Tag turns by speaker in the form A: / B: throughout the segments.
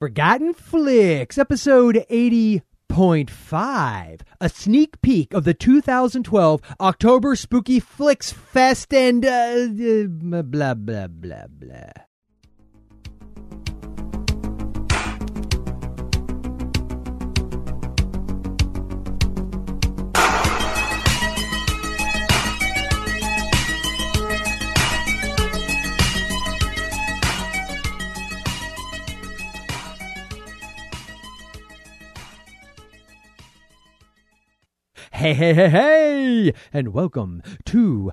A: Forgotten Flicks, episode 80.5. A sneak peek of the 2012 October Spooky Flicks Fest and uh, uh, blah, blah, blah, blah. Hey, hey, hey, hey! And welcome to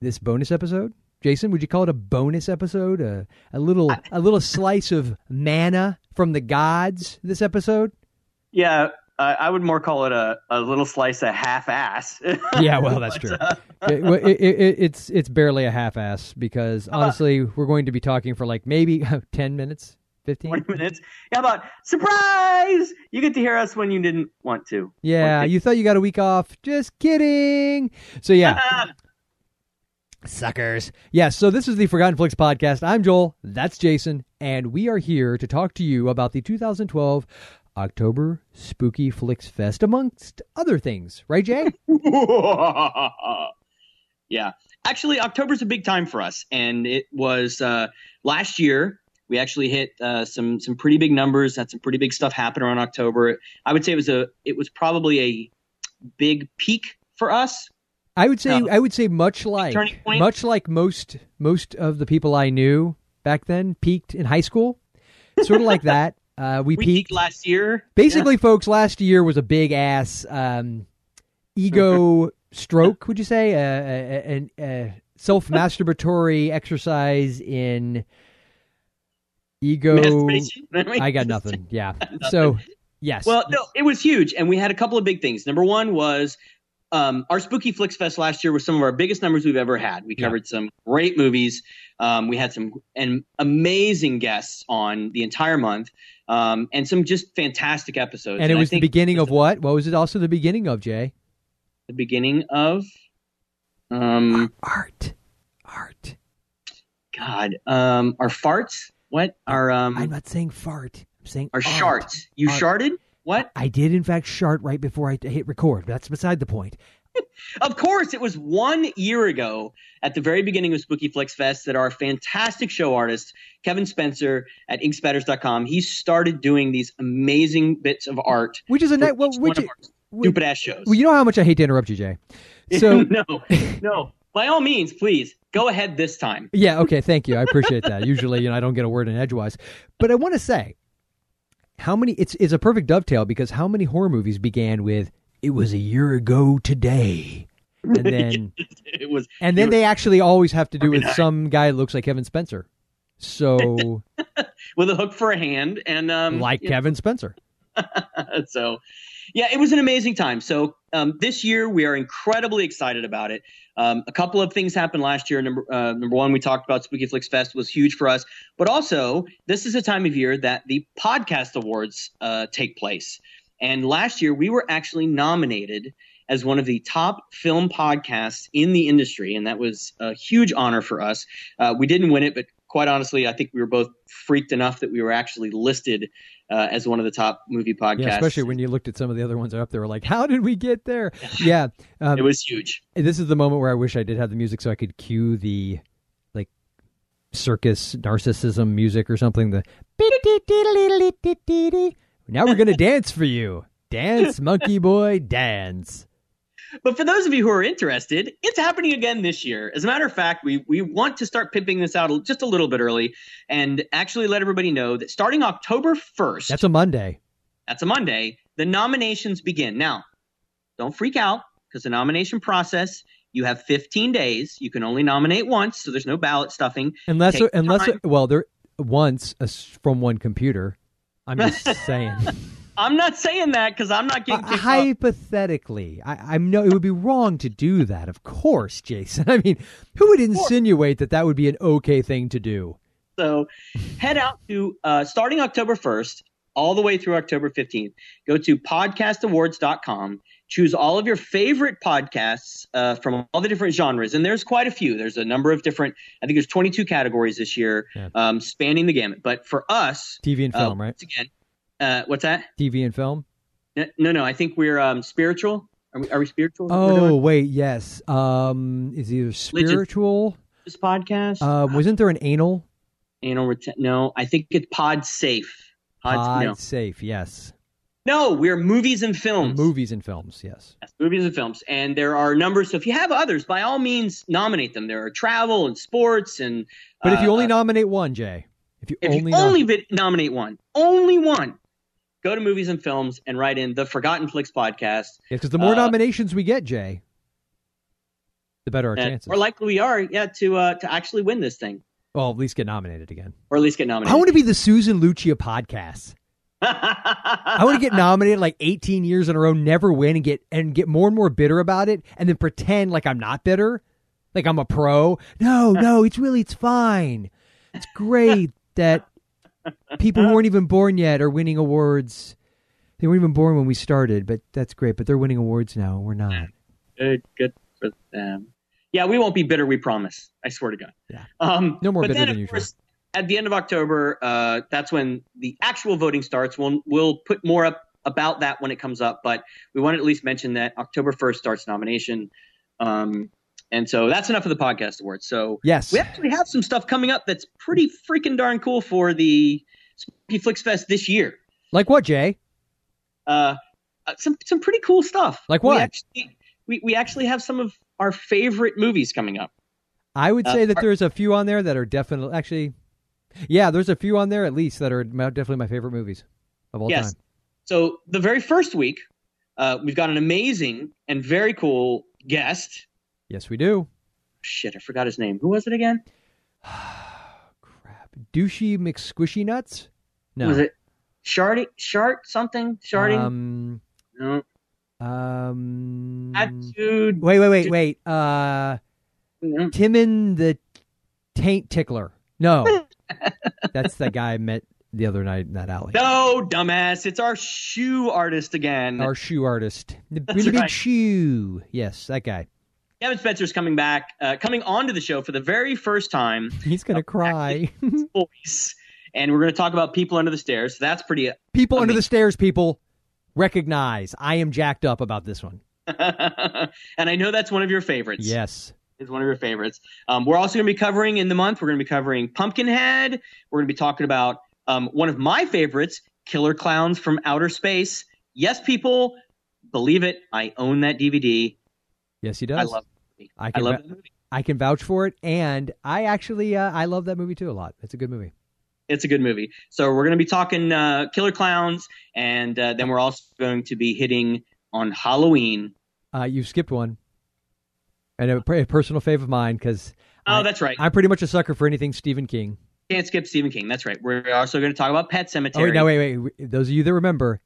A: this bonus episode. Jason, would you call it a bonus episode? A, a little, a little slice of manna from the gods. This episode.
B: Yeah, uh, I would more call it a, a little slice of half ass.
A: Yeah, well, that's true. It- well, it- it- it's it's barely a half-ass because honestly, we're going to be talking for like maybe ten minutes, fifteen.
B: 20 minutes. Yeah, about surprise! You get to hear us when you didn't want to.
A: Yeah,
B: Like,
A: you thought you got a week off. Just kidding. So yeah, suckers. Yeah, so this is the Forgotten Flicks podcast. I'm Joel, that's Jason, and we are here to talk to you about the 2012 October Spooky Flicks Fest amongst other things, right Jay?
B: yeah. Actually, October's a big time for us, and it was uh, last year. We actually hit uh, some some pretty big numbers. Had some pretty big stuff happen around October. I would say it was a it was probably a big peak for us.
A: I would say
B: Yeah.
A: I would say much like
B: Turning point.
A: much like most most of the people I knew back then peaked in high school. Sort of like that. Uh, we,
B: We
A: peaked
B: peaked last year.
A: Basically, folks, last year was a big ass um, ego stroke. Would you say uh, a, a, a self masturbatory exercise in
B: Yeah.
A: ego?
B: Masturbation.
A: I got nothing. Yeah. So yes.
B: Well, no, it was huge, and we had a couple of big things. Number one was um, our Spooky Flicks Fest last year was some of our biggest numbers we've ever had. We
A: Yeah.
B: covered some great movies. Um, we had some and amazing guests on the entire month, um, and some just fantastic episodes.
A: and it
B: I
A: was the
B: think
A: beginning
B: it
A: of
B: was
A: what? What was it? Also, the beginning of Jay
B: The beginning of,
A: Ah.
B: um,
A: art, art.
B: God, um, our farts. What our
A: I'm
B: um
A: not saying fart. I'm saying
B: our
A: art.
B: sharts? You
A: Art.
B: sharted? What?
A: I did, in fact, shart right before I t- hit record. But that's beside the point.
B: Of course, it was one year ago at the very beginning of Spooky Flicks Fest that our fantastic show artist, Kevin Spencer at inkspatters.com, he started doing these amazing bits of art.
A: Which is a
B: for
A: night. Well,
B: each
A: which
B: one of our
A: which-
B: stupid ass shows.
A: Well, you know how much I hate to interrupt you, Jay. So
B: no, no. By all means, please go ahead this time.
A: yeah, okay, thank you. I appreciate that. Usually, you know, I don't get a word in edgewise, but I want to say how many. It's it's a perfect dovetail because how many horror movies began with "It was a year ago today," and then
B: It was
A: and then they actually always have to do with some guy looks like Kevin Spencer, so
B: with a hook for a hand and um
A: like
B: you
A: Kevin Spencer.
B: so yeah it was an amazing time so um, this year we are incredibly excited about it um, a couple of things happened last year number, uh, number one we talked about spooky flicks fest was huge for us but also this is a time of year that the podcast awards uh, take place and last year we were actually nominated as one of the top film podcasts in the industry and that was a huge honor for us uh, we didn't win it but quite honestly i think we were both freaked enough that we were actually listed uh, as one of the top movie podcasts
A: Yeah, especially when you looked at some of the other ones up there, like how did we get there? Yeah, um,
B: it was huge.
A: this is the moment where I wish I did have the music so I could cue the like circus narcissism music or something. The now we're gonna dance for you, dance monkey boy, dance.
B: But for those of you who are interested, it's happening again this year. As a matter of fact, we we want to start pimping this out just a little bit early and actually let everybody know that starting October 1st,
A: That's a Monday.
B: that's a Monday, the nominations begin. Now, don't freak out because the nomination process, you have 15 days. You can only nominate once, so there's no ballot stuffing.
A: Unless
B: Take
A: unless
B: time.
A: well, there once uh, from one computer. I'm just saying.
B: I'm not saying that because I'm not getting
A: Uh,
B: kicked off.
A: hypothetically, I, I'm no. It would be wrong to do that, of course, Jason. I mean, who would insinuate that that would be an okay thing to do?
B: So head out to uh, starting October 1st all the way through October 15th. Go to podcastawards.com choose all of your favorite podcasts uh, from all the different genres and there's quite a few there's a number of different i think there's 22 categories this year
A: Yeah.
B: um, spanning the gamut but for us
A: TV and
B: uh,
A: film, right?
B: once again uh, what's that
A: TV and film.
B: N- no no i think we're um, spiritual are we, are we spiritual We're doing
A: Oh wait, yes. Um, is either spiritual?
B: this podcast
A: Uh, wasn't there an anal?
B: anal reten- no i think it's pod safe pod, no.
A: Odd safe. Yes.
B: no we're movies and films
A: Movies and films. Yes.
B: Yes, movies and films. And there are numbers. So if you have others, by all means, nominate them. There are travel and sports and.
A: But if you
B: uh,
A: only nominate one, Jay. If you
B: if
A: only,
B: you
A: nom-
B: only vi- nominate one, only one, go to movies and films and write in the Forgotten Flicks podcast.
A: because the more
B: uh,
A: nominations we get, Jay, the better our
B: And
A: chances.
B: more likely we are, yeah, to uh, to actually win this thing,
A: well, at least get nominated again.
B: or at least get
A: I
B: nominated.
A: want to be the Susan Lucia podcast. I want to get nominated like 18 years in a row, never win, and get and get more and more bitter about it, and then pretend like I'm not bitter, like I'm a pro. No, no, it's really it's fine. It's great that people who weren't even born yet are winning awards. They weren't even born when we started, but that's great. But they're winning awards now, and we're not.
B: good, good for them. Yeah, we won't be bitter. We promise. I swear to God.
A: Yeah.
B: Um,
A: No more
B: but
A: bitter
B: then,
A: than
B: of
A: usual.
B: Course, at the end of October, uh, that's when the actual voting starts. We'll we'll put more up about that when it comes up, but we want to at least mention that October first starts nomination. Um, and so that's enough of the podcast awards. So
A: Yes,
B: we actually have some stuff coming up that's pretty freaking darn cool for the Spooky Flicks Fest this year.
A: like what, Jay?
B: Uh, uh, some some pretty cool stuff.
A: Like
B: We
A: what?
B: actually, we, we actually have some of our favorite movies coming up.
A: I would
B: Uh,
A: say that
B: are-
A: there's a few on there that are definitely actually, yeah, there's a few on there at least that are my- definitely my favorite movies of all
B: Yes.
A: time.
B: So the very first week, uh, we've got an amazing and very cool guest.
A: Yes, we do.
B: Shit, I forgot his name. Who was it again?
A: Crap. Douchey McSquishy nuts? No.
B: Was it Shardy? Shart something? Sharding?
A: Um.
B: no.
A: Um.
B: Attitude.
A: Wait, wait, wait, wait. Uh,
B: no.
A: Timon the Taint Tickler. No, that's the guy I met the other night in that alley.
B: No, dumbass. It's our shoe artist again.
A: Our shoe artist, the really big
B: right.
A: shoe. Yes, that guy.
B: Kevin Spencer's coming back, uh, coming onto the show for the very first time.
A: He's gonna cry.
B: Voice. And we're going to talk about people under the stairs. So that's pretty
A: people under
B: Amazing.
A: the stairs. People recognize. I am jacked up about this one.
B: and I know that's one of your favorites.
A: Yes.
B: Is one of your favorites. Um, we're also going to be covering in the month. We're going to be covering Pumpkinhead. We're going to be talking about um, one of my favorites, Killer Clowns from Outer Space. Yes, people, believe it. I own that DVD.
A: Yes, he does.
B: I love. That movie.
A: I
B: I,
A: can
B: love
A: ba-
B: that movie.
A: I can vouch for it, and I actually uh, I love that movie too a lot. It's a good movie.
B: It's a good movie. So we're going to be talking uh, Killer Clowns, and uh, then we're also going to be hitting on Halloween.
A: Uh, you skipped one, and a, per- a personal fave of mine because
B: Oh,
A: I-
B: that's right.
A: I'm pretty much a sucker for anything Stephen King.
B: Can't skip Stephen King. That's right. We're also going to talk about Pet
A: Oh
B: Cemetery.
A: wait, no, wait, wait. Those of you that remember,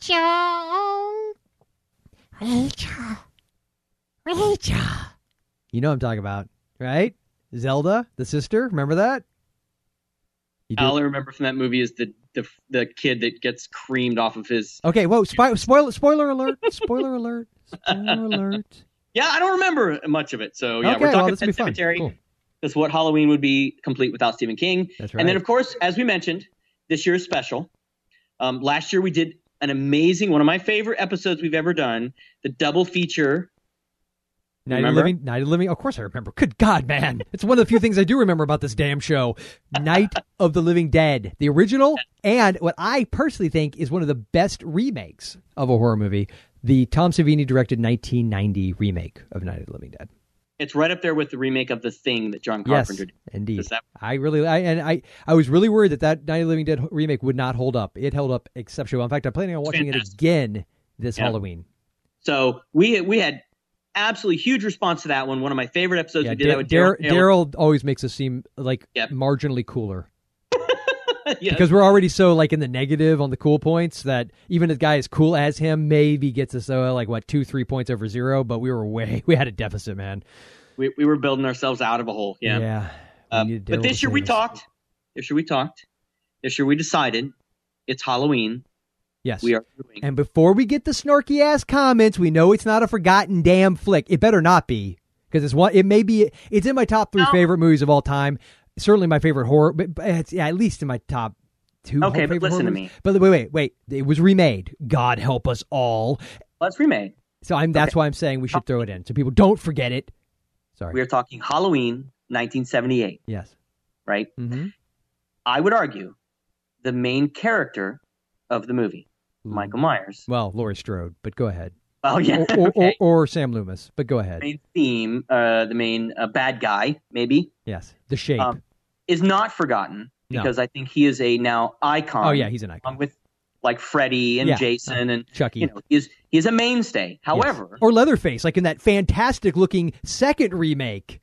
C: Rachel. Rachel. Rachel.
A: you know what I'm talking about, right? Zelda, the sister. Remember that? You do.
B: All I remember from that movie is the the, the kid that gets creamed off of his.
A: Okay. Whoa. Spo- spoiler. Spoiler alert. Spoiler alert. Spoiler alert.
B: Yeah, I don't remember much of it. So Oh, yeah,
A: okay.
B: we're
A: well,
B: talking
A: this will be
B: Pet
A: fun.
B: Cemetery.
A: Cool.
B: That's what Halloween would be complete without Stephen King.
A: That's right.
B: And then, of course, as we mentioned, this year is special. Um, last year we did an amazing one of my favorite episodes we've ever done, the double feature.
A: Night of
B: Remember?
A: Living, Night of Living. Of course, I remember. Good God, man! It's one of the few things I do remember about this damn show. Night of the Living Dead, the original, and what I personally think is one of the best remakes of a horror movie, the Tom Savini directed 1990 remake of Night of the Living Dead.
B: It's right up there with the remake of The Thing that John
A: Yes,
B: Carpenter did.
A: indeed.
B: Is that-
A: I really, I and I, I was really worried that that Night of the Living Dead remake would not hold up. It held up exceptionally well. In fact, I'm planning on watching it
B: Fantastic.
A: again this
B: Yeah.
A: Halloween.
B: So we we had absolutely huge response to that one. One of my favorite episodes
A: Yeah,
B: we did that
A: Dar-
B: with
A: Dar-
B: Daryl. Daryl-
A: Daryl always makes us seem like
B: Yep.
A: marginally cooler.
B: Yeah.
A: because we're already so like in the negative on the cool points that even a guy as cool as him maybe gets us uh, like what two three points over zero but we were way we had a deficit man
B: we, we were building ourselves out of a hole. Yeah.
A: we
B: Um,
A: needed
B: but
A: Daryl
B: this
A: to
B: year we
A: save us.
B: talked. This year we talked. This year we decided it's Halloween.
A: Yes.
B: we are doing.
A: And before we get the snarky ass comments, we know it's not a forgotten damn flick. It better not be because it's one. It may be. It's in my top three
B: No.
A: favorite movies of all time. Certainly my favorite horror, but but it's yeah, at least in my top two.
B: Okay,
A: favorite
B: but listen
A: horror
B: to
A: movies.
B: me.
A: But wait, wait, wait. It was remade. God help us all.
B: Let's remade.
A: So I'm. That's why I'm saying we should throw it in so people don't forget it. Sorry.
B: We are talking Halloween 1978,
A: yes.
B: right?
A: Mm-hmm.
B: I would argue the main character of the movie,
A: Mm.
B: Michael Myers.
A: Well, Laurie Strode, but go ahead.
B: Oh yeah,
A: Or, or,
B: okay.
A: or, or Sam Loomis, but go ahead.
B: main theme, uh, the main uh, bad guy, maybe,
A: Yes. The shape.
B: Um, is not forgotten
A: No.
B: because I think he is a now icon.
A: oh yeah, he's an icon.
B: along with like Freddy and
A: Yeah.
B: Jason, and
A: Chucky.
B: um, you know, he's he's a mainstay. However,
A: Yes. or Leatherface, like in that fantastic looking second remake.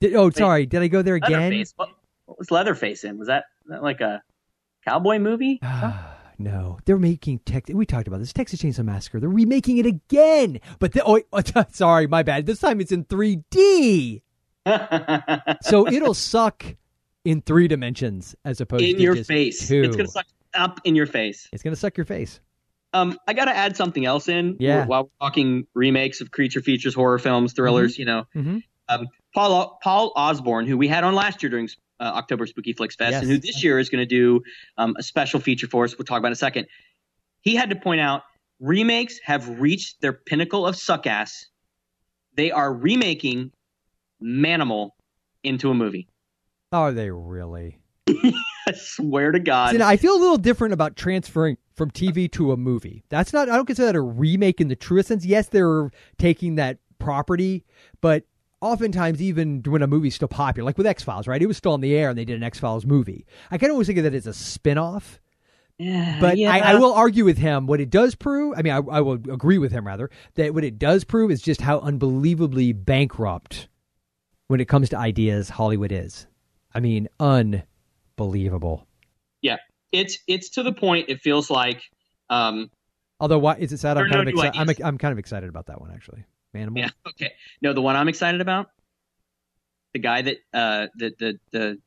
A: Did- oh, sorry, did I go there again?
B: Leatherface, what, what was Leatherface in? Was that, that like a cowboy movie?
A: no, they're making Texas. We talked about this Texas Chainsaw Massacre. They're remaking it again, but the, oh, wait, sorry, my bad. This time it's in 3D, so it'll suck in three dimensions as opposed
B: in
A: to
B: your
A: just
B: face.
A: Two.
B: It's gonna suck up in your face.
A: It's gonna suck your face.
B: Um, I gotta add something else in.
A: Yeah.
B: While we're talking remakes of creature features, horror films, thrillers, you know, Um,
A: hmm
B: Paul Paul Osborne, who we had on last year during uh, October Spooky Flicks Fest,
A: Yes.
B: and who this year is going to do um, a special feature for us. We'll talk about in a second. He had to point out remakes have reached their pinnacle of suck ass. They are remaking Manimal into a movie.
A: Are they really?
B: I swear to God.
A: See, now, I feel a little different about transferring from TV to a movie. That's not. I don't consider that a remake in the truest sense. Yes, they're taking that property, but oftentimes, even when a movie's still popular, like with X Files, right? It was still on the air, and they did an X Files movie. I kind of always think of that as a spin-off.
B: Yeah,
A: But
B: Uh, yeah.
A: I, I will argue with him. What it does prove, I mean, I, I will agree with him rather that what it does prove is just how unbelievably bankrupt when it comes to ideas Hollywood is. I mean, unbelievable.
B: It's it's to the point. It feels like. Um,
A: Although, why is it sad? I'm
B: There are
A: kind
B: no
A: of
B: new
A: excited. I'm,
B: ideas.
A: I'm kind of excited about that one actually. Manimal.
B: yeah. Okay. No, the one I'm excited about. The guy that uh, the the the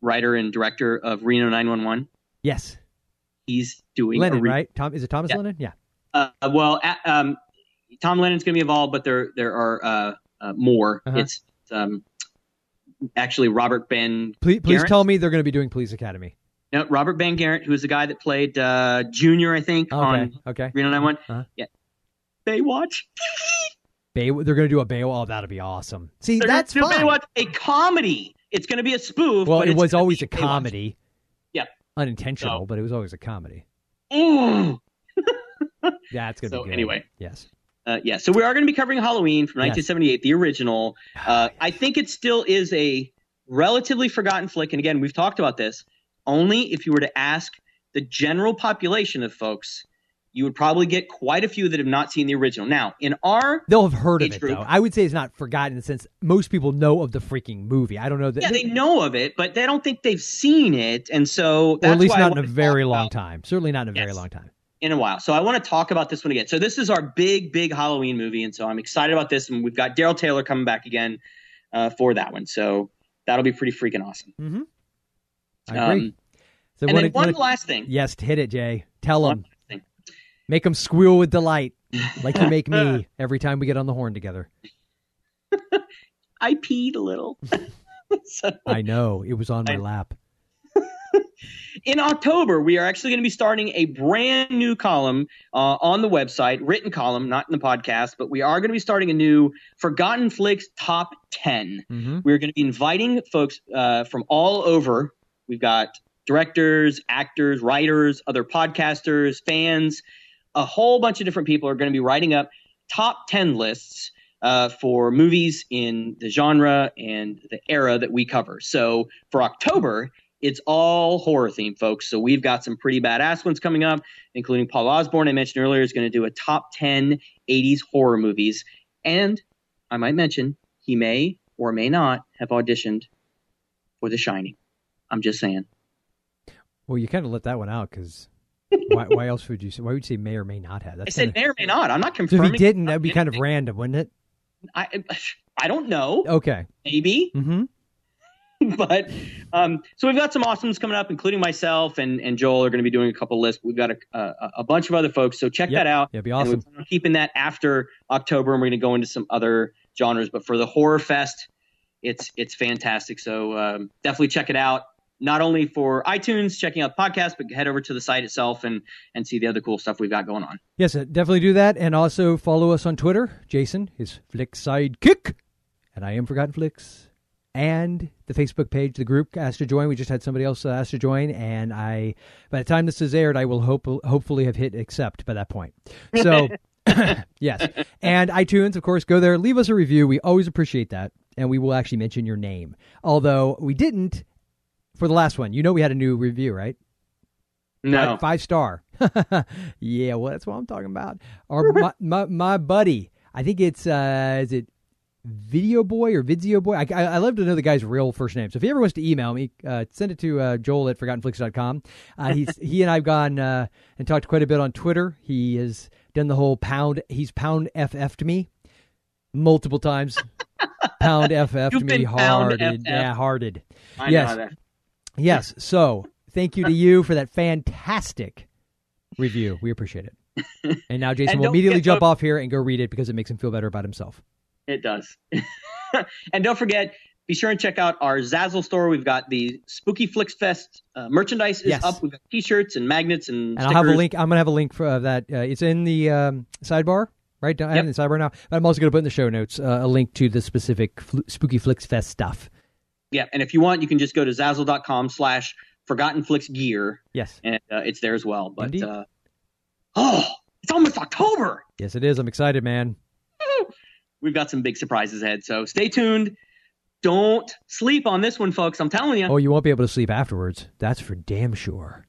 B: writer and director of Reno 911.
A: Yes.
B: he's doing. a
A: Lennon,
B: re-
A: right? Tom is it Thomas
B: Yeah.
A: Lennon? Yeah.
B: Uh, well, a- um, Tom Lennon's going to be involved, but there there are uh, uh, more.
A: Uh-huh.
B: It's um, actually Robert Ben
A: Please, please
B: Garrett?
A: tell me they're going to be doing Police Academy.
B: no Robert Ben Garrett, who is the guy that played uh, Junior, I think,
A: Okay.
B: on
A: okay.
B: Reno 911.
A: Uh-huh.
B: Yeah, Baywatch.
A: Bay, they're going to do a Baywatch. Oh, that'll be awesome. See,
B: They're
A: that's
B: gonna do
A: fine.
B: Baywatch, a comedy. It's going to be a spoof.
A: Well,
B: but
A: it
B: it's
A: was
B: gonna
A: always
B: be
A: a
B: Baywatch.
A: comedy.
B: Yeah.
A: Unintentional, but it was always a comedy.
B: Ooh.
A: Yeah, it's going to
B: So,
A: be good.
B: anyway.
A: Yes.
B: Uh, yeah, so we are going to be covering Halloween from
A: Yes.
B: 1978, the original. Uh, I think it still is a relatively forgotten flick. And again, we've talked about this. Only if you were to ask the general population of folks, you would probably get quite a few that have not seen the original. Now, in our
A: They'll have heard of
B: Age
A: it,
B: group.
A: though. I would say it's not forgotten since most people know of the freaking movie. I don't know that.
B: yeah, they know of it, but they don't think they've seen it, and so that's
A: or at least
B: why I
A: not in a
B: wanted to
A: very
B: talk
A: long
B: about-
A: time. Certainly not in a very
B: Yes.
A: long time.
B: in a while. So I want to talk about this one again. So this is our big, big Halloween movie, and so I'm excited about this. And we've got Daryl Taylor coming back again uh, for that one. So that'll be pretty freaking awesome.
A: Mm-hmm. I agree.
B: Um,
A: so
B: and
A: when
B: then
A: it-
B: one
A: when it-
B: last thing.
A: Yes, hit it, Jay. Tell
B: One
A: them.
B: last thing.
A: Make them squeal with delight, like you make
B: Uh.
A: me every time we get on the horn together.
B: I peed a little. so
A: I know. It was on my
B: I-
A: lap.
B: in October, we are actually going to be starting a brand new column uh, on the website, written column, not in the podcast, but we are going to be starting a new Forgotten Flicks Top 10.
A: Mm-hmm.
B: We're going to be inviting folks uh, from all over. We've got directors, actors, writers, other podcasters, fans. A whole bunch of different people are going to be writing up top 10 lists uh, for movies in the genre and the era that we cover. So for October, it's all horror themed, folks. So we've got some pretty badass ones coming up, including Paul Osborne, I mentioned earlier, is going to do a top 10 80s horror movies. And I might mention he may or may not have auditioned for The Shining. I'm just saying.
A: Well, you kind of let that one out because why, why else would you say? Why would you say may or may not have?
B: I
A: That's
B: said
A: kinda-
B: may or may not. I'm not
A: so if
B: confirming.
A: he didn't, that'd be kind of
B: anything.
A: random, wouldn't it? Oh.
B: I, I don't know.
A: Okay.
B: Maybe.
A: Mm-hmm.
B: but um, so we've got some awesomes coming up, including myself and, and Joel are going to be doing a couple lists. We've got a, a, a bunch of other folks, so check that out.
A: That'd be
B: And
A: awesome.
B: we're planning on keeping that after October, and we're going to go into some other genres. But for the horror fest, it's it's fantastic. So um, definitely check it out. Not only for iTunes, checking out the podcast, but head over to the site itself and and see the other cool stuff we've got going on.
A: Yes, uh, definitely do that. And also follow us on Twitter. Jason is Flick Sidekick. And I am Forgotten Flicks. And the Facebook page, the group asked to join. We just had somebody else uh, ask to join. And I, by the time this is aired, I will hope, hopefully have hit accept by that point. So, yes. And iTunes, of course, go there. Leave us a review. We always appreciate that. And we will actually mention your name. Although we didn't for the last one. You know, we had a new review, right?
B: No,
A: Five, five star. yeah, well, that's what I'm talking about. Or my, my, my buddy, I think it's, uh, is it Video Boy or Vidzio Boy? I, I, I love to know the guy's real first name. So if he ever wants to email me, uh, send it to uh, joel at forgottenflix.com. Uh, he's, he and I have gone uh, and talked quite a bit on Twitter. He has done the whole pound, he's pound FF'd me multiple times. pound FF'd
B: You've
A: me
B: been pound
A: harded.
B: FF.
A: Yeah, harded.
B: I
A: yes.
B: know that.
A: Yes. So thank you to you for that fantastic review. We appreciate it. And now Jason
B: And
A: will
B: don't
A: immediately
B: forget,
A: jump
B: folks-
A: off here and go read it because it makes him feel better about himself.
B: It does. and don't forget, be sure and check out our Zazzle store. We've got the Spooky Flicks Fest uh, merchandise is
A: Yes.
B: up. We've got T-shirts and magnets
A: And
B: and,
A: I'll have a
B: stickers.
A: link. I'm gonna have a link for uh, that. Uh, it's in the um, sidebar, right? I have it in the sidebar now. But I'm also gonna put in the show notes uh, a link to the specific fl- Spooky Flicks Fest stuff.
B: Yeah, and if you want, you can just go to Zazzle.com slash Forgotten Flicks Gear,
A: Yes.
B: and uh, it's there as well. But
A: Indeed.
B: uh, oh, it's almost October.
A: Yes, it is. I'm excited, man.
B: We've got some big surprises ahead, so stay tuned. Don't sleep on this one, folks. I'm telling you.
A: Oh, you won't be able to sleep afterwards. That's for damn sure.